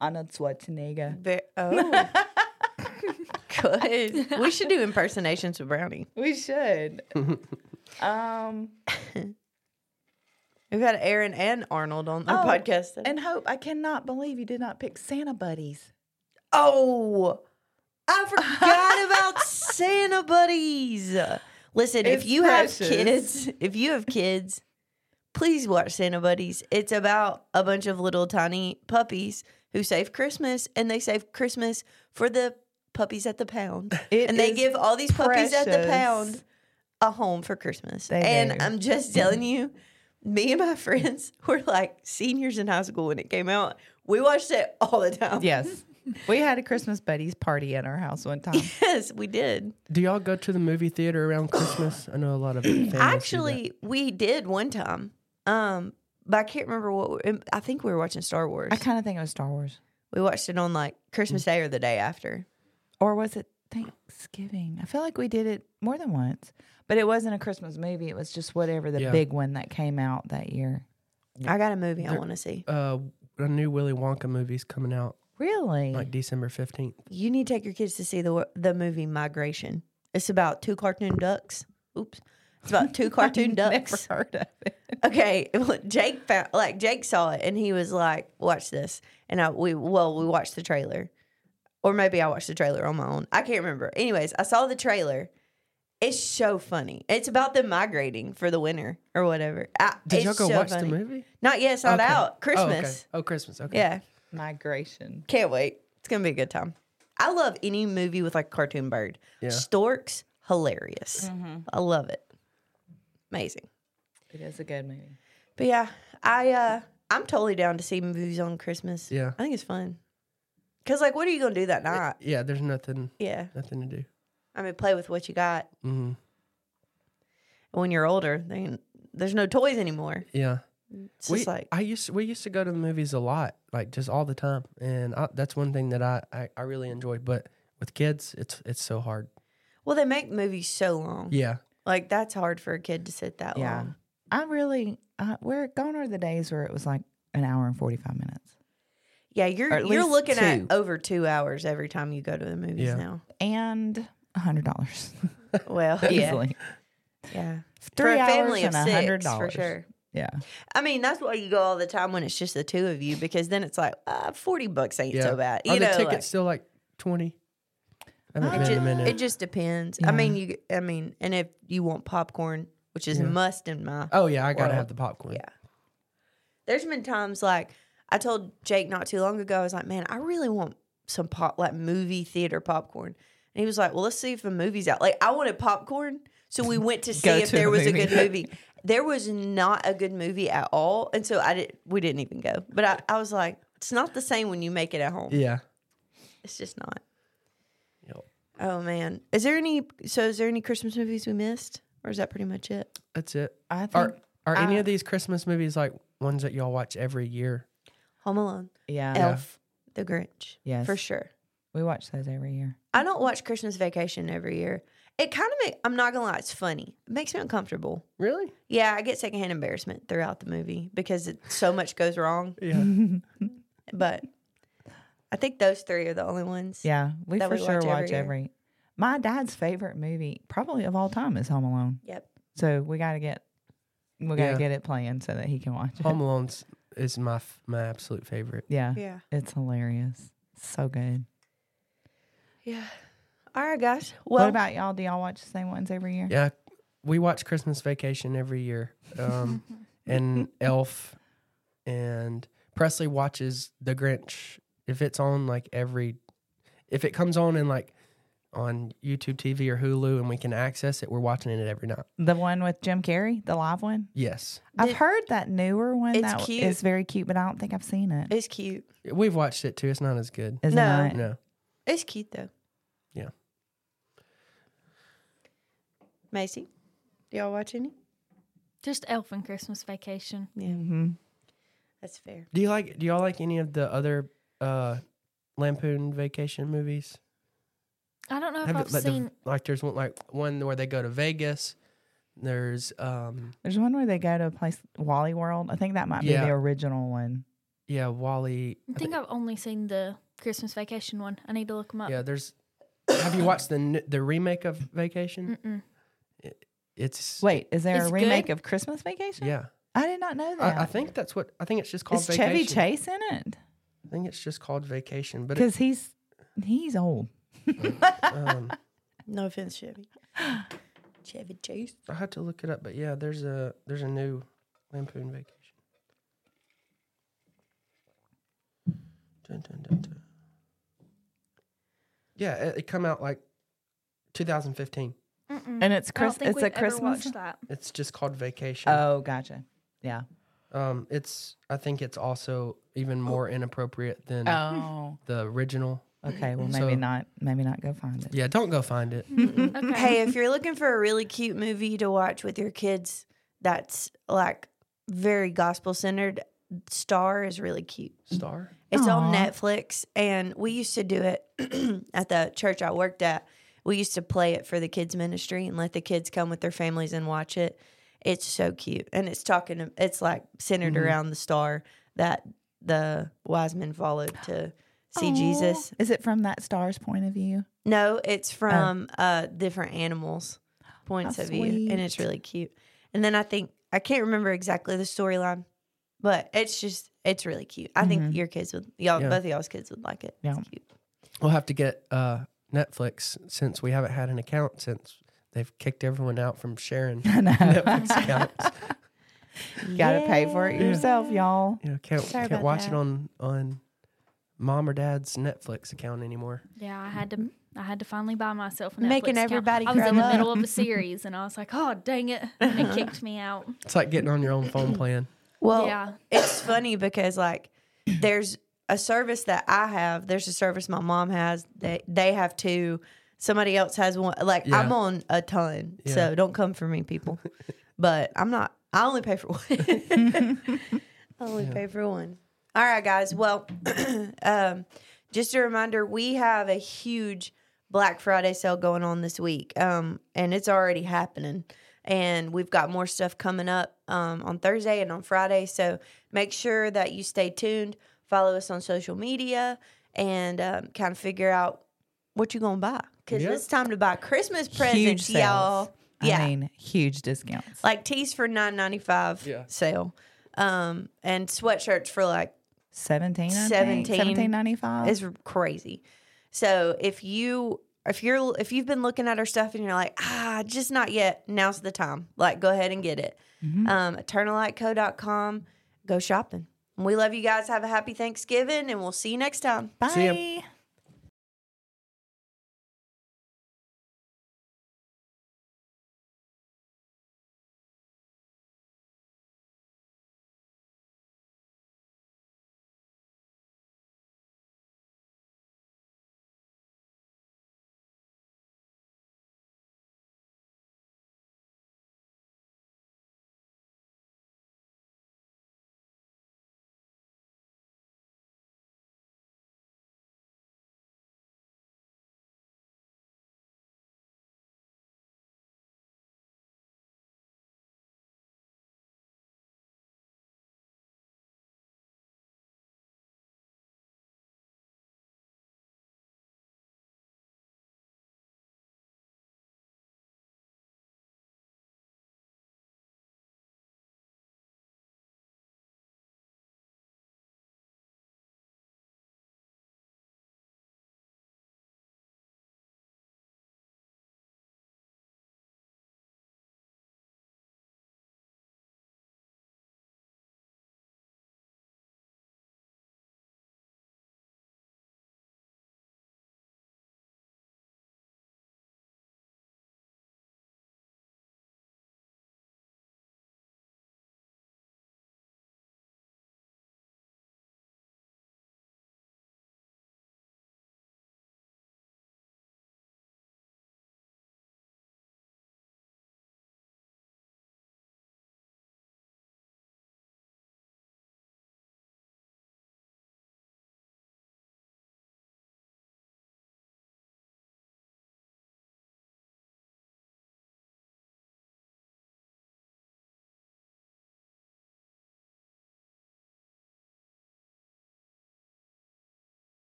Arnold Schwarzenegger.
Ve- oh, good. We should do impersonations with Brownie.
We should. um,
We've had Aaron and Arnold on the
Oh,
podcast.
and Hope, I cannot believe you did not pick Santa Buddies.
oh, I forgot about Santa Buddies. Listen,
It's
if you have
precious.
kids, if you have kids, please watch Santa Buddies. It's about a bunch of little tiny puppies who save Christmas, and they save Christmas for the puppies at the pound.
It
and they
is
give all these puppies at the
precious.
pound a home for Christmas.
They
and
do.
I'm just telling you, me and my friends were like seniors in high school when it came out. We watched it all the time.
Yes, we had a Christmas buddies party at our house one time.
Yes, we did.
Do y'all go to the movie theater around Christmas? I know a lot of families do that.
Actually, we did one time. Um, but I can't remember what. we- um, I think we were watching Star Wars.
I kind of think it was Star Wars,
We watched it on like Christmas Day or the day after.
or was it Thanksgiving? I feel like we did it more than once, but it wasn't a Christmas movie. It was just whatever the
Yeah.
big one that came out that year.
I got a movie I want to see.
uh, a new Willy Wonka movie's coming out
Really?
like December fifteenth.
You need to take your kids to see the the movie Migration. It's about two cartoon ducks. Oops. It's about two cartoon ducks.
Never heard of it.
Okay, Jake found, like Jake saw it and he was like, "Watch this." And I we well we watched the trailer, or maybe I watched the trailer on my own. I can't remember. Anyways, I saw the trailer. It's so funny. It's about them migrating for the winter or whatever. I,
Did
it's
y'all go
so
watch
funny.
the movie?
Not yet. It's not
Okay. Oh,
out.
okay.
Christmas.
Oh, Christmas. Okay.
Yeah,
Migration.
can't wait. It's gonna be a good time. I love any movie with like a cartoon bird.
Yeah.
Storks hilarious. I love it. Amazing.
It is a good movie.
But yeah, I uh I'm totally down to see movies on Christmas.
Yeah.
I think it's fun. Cause like what are you gonna do that night?
Yeah. There's nothing,
Yeah.
nothing to do.
I mean play with what you got.
Mm-hmm.
When you're older, then there's no toys anymore.
Yeah.
It's
We,
just like
I used to, we used to go to the movies a lot, like just all the time, and I, that's one thing that I, I, I really enjoy. But with kids, it's it's so hard.
well, they make movies so long.
Yeah,
Like that's hard for a kid to sit that
Yeah.
long.
Oh, I really, uh, where gone are the days where it was like an hour and 45 minutes.
Yeah,
Or
you're
at
you're
least
looking
two.
at over two hours every time you go to the movies
Yeah.
now.
And $100.
Well, yeah,
Easily.
yeah.
Three
for a family of
hours and a hundred
six, for
dollars.
sure.
Yeah.
I mean, that's why you go all the time when it's just the two of you, because then it's like uh, forty bucks ain't
yeah.
so bad. Uh, You
Are
know,
the tickets
like- Uh,
still like twenty? I haven't
It
been
Ju-
in a minute.
It just depends.
Yeah.
I mean, you. I mean, and if you want popcorn, which is a
Yeah.
must in my.
oh yeah, I gotta
Well,
have the popcorn.
yeah. There's been times like I told Jake not too long ago. I was like, man, I really want some pop like movie theater popcorn, and he was like, well, let's see if a movie's out. Like I wanted popcorn, so we went to see
Go
if
to
there
a
was
movie.
a good movie. There was not a good movie at all, and so I did. We didn't even go. But I, I was like, it's not the same when you make it at home.
Yeah.
It's just not.
Yep.
Oh man, is there any? So is there any Christmas movies we missed, or is that pretty much it?
That's it.
I think,
Are are any
I-
of these Christmas movies like ones that y'all watch every year?
Home Alone,
yeah.
Elf, The Grinch,
Yes.
for sure.
We watch those every year.
I don't watch Christmas Vacation every year. It kind of, I'm not gonna lie, it's funny. It makes me uncomfortable.
Really?
Yeah, I get secondhand embarrassment throughout the movie because it, so much goes wrong.
Yeah.
But I think those three are the only ones.
Yeah, we
That
for
we
sure
watch
watch,
every
every,
year.
My dad's favorite movie, probably of all time, is Home Alone.
Yep.
So we gotta get we gotta
Yeah.
get it playing so that he can watch it.
Home Alone's is my f- my absolute favorite.
yeah,
Yeah.
it's hilarious. So good.
Yeah. All right, guys. Well,
what about y'all? Do y'all watch the same ones every year?
Yeah, we watch Christmas Vacation every year, um, and Elf, and Presley watches The Grinch if it's on like every, if it comes on in like on YouTube TV or Hulu and we can access it, we're watching it every night.
The one with Jim Carrey, the live one.
Yes,
I've
Did-
heard that newer one
It's
that w-
cute.
is very cute, but I don't think I've seen it.
it's cute.
we've watched it too. It's not as good.
Is
No.
it not?
No,
It's cute though.
Yeah.
Macy, do y'all watch any?
Just Elf and Christmas Vacation.
Mhm.
That's fair.
do you like? Do y'all like any of the other uh, Lampoon Vacation movies?
I don't know if
Have it-
I've
like, the-
seen.
like there's one like one where they go to Vegas. There's um
There's one where they go to a place, Wally World. I think that might
Yeah.
be the original one.
yeah Wally.
I think I've only seen the Christmas Vacation one. I need to look them up.
yeah, there's. Have you watched the n- the remake of Vacation?
Mm-mm.
It's
Wait, is there
It's
a remake
good?
of Christmas Vacation?
yeah.
I did not know that.
I, I think that's what I think it's just called
is
Vacation.
Chevy Chase in it?
I think it's just called Vacation, but it,
Because he's he's old.
um,
No offense, Chevy. Chevy Chase.
I had to look it up. But yeah, there's a there's a new Lampoon Vacation. Dun, dun, dun, dun. Yeah, it, it come out like 2015.
Mm-mm.
And it's
I don't
Chris.
think
It's
we've
a
ever
Christmas.
watched that.
It's just called Vacation.
Oh, gotcha. Yeah.
Um, it's I think it's also even more inappropriate than
Oh.
the original.
Okay. Well, maybe
So-
not. Maybe not. Go find it.
Yeah, don't go find it.
Okay.
Hey, if you're looking for a really cute movie to watch with your kids that's like very gospel centered, Star is really cute.
Star.
It's on
Aw.
Netflix, and we used to do it at the church I worked at. We used to play it for the kids ministry and let the kids come with their families and watch it. It's so cute, and it's talking. It's like centered
Mm-hmm.
around the star that the wise men followed to see
Aw.
Jesus.
Is it from that star's point of view?
No, it's from uh, different animals' points
Oh. How
of view, and it's
sweet.
really cute. And then I think I can't remember exactly the storyline, but it's just it's really cute. I think your kids would y'all
Yeah.
both of y'all's kids would like it.
Mm-hmm. Yeah.
It's cute.
We'll have to get uh, Netflix since we haven't had an account since they've kicked everyone out from sharing
I know.
Netflix accounts.
Gotta pay for it yourself, y'all.
You know, can't
Sorry
can't
about
watch
that.
it on on mom or dad's Netflix account anymore.
Yeah, I had to. I had to finally buy myself an
Making
Netflix account.
everybody
I was
grow
in the
up.
middle of a series, and I was like, "Oh, dang it!" And it kicked me out.
It's like getting on your own phone plan.
Well,
Yeah.
it's funny because like there's a service that I have. There's a service my mom has. They they have two. Somebody else has one. Like
Yeah.
I'm on a ton, so
Yeah.
don't come for me, people. but I'm not. I only pay for one. I only pay for one. All right, guys. Well, um, just a reminder: we have a huge Black Friday sale going on this week, um, and it's already happening. And we've got more stuff coming up um, on Thursday and on Friday. So make sure that you stay tuned, follow us on social media, and um, kind of figure out what you're gonna buy because
Yeah.
it's time to buy Christmas
Huge
presents,
sales.
y'all.
I
Yeah,
mean, huge discounts.
like tees for nine ninety five
Yeah.
sale, um, and sweatshirts for like
Seventeen.
Seventeen.
Seventeen ninety five.
is crazy. So if you if you're if you've been looking at our stuff and you're like ah just not yet now's the time like go ahead and get it
Mm-hmm.
um, eternallightco.com go shopping we love you guys have a happy thanksgiving and we'll see you next time
Bye.
See ya.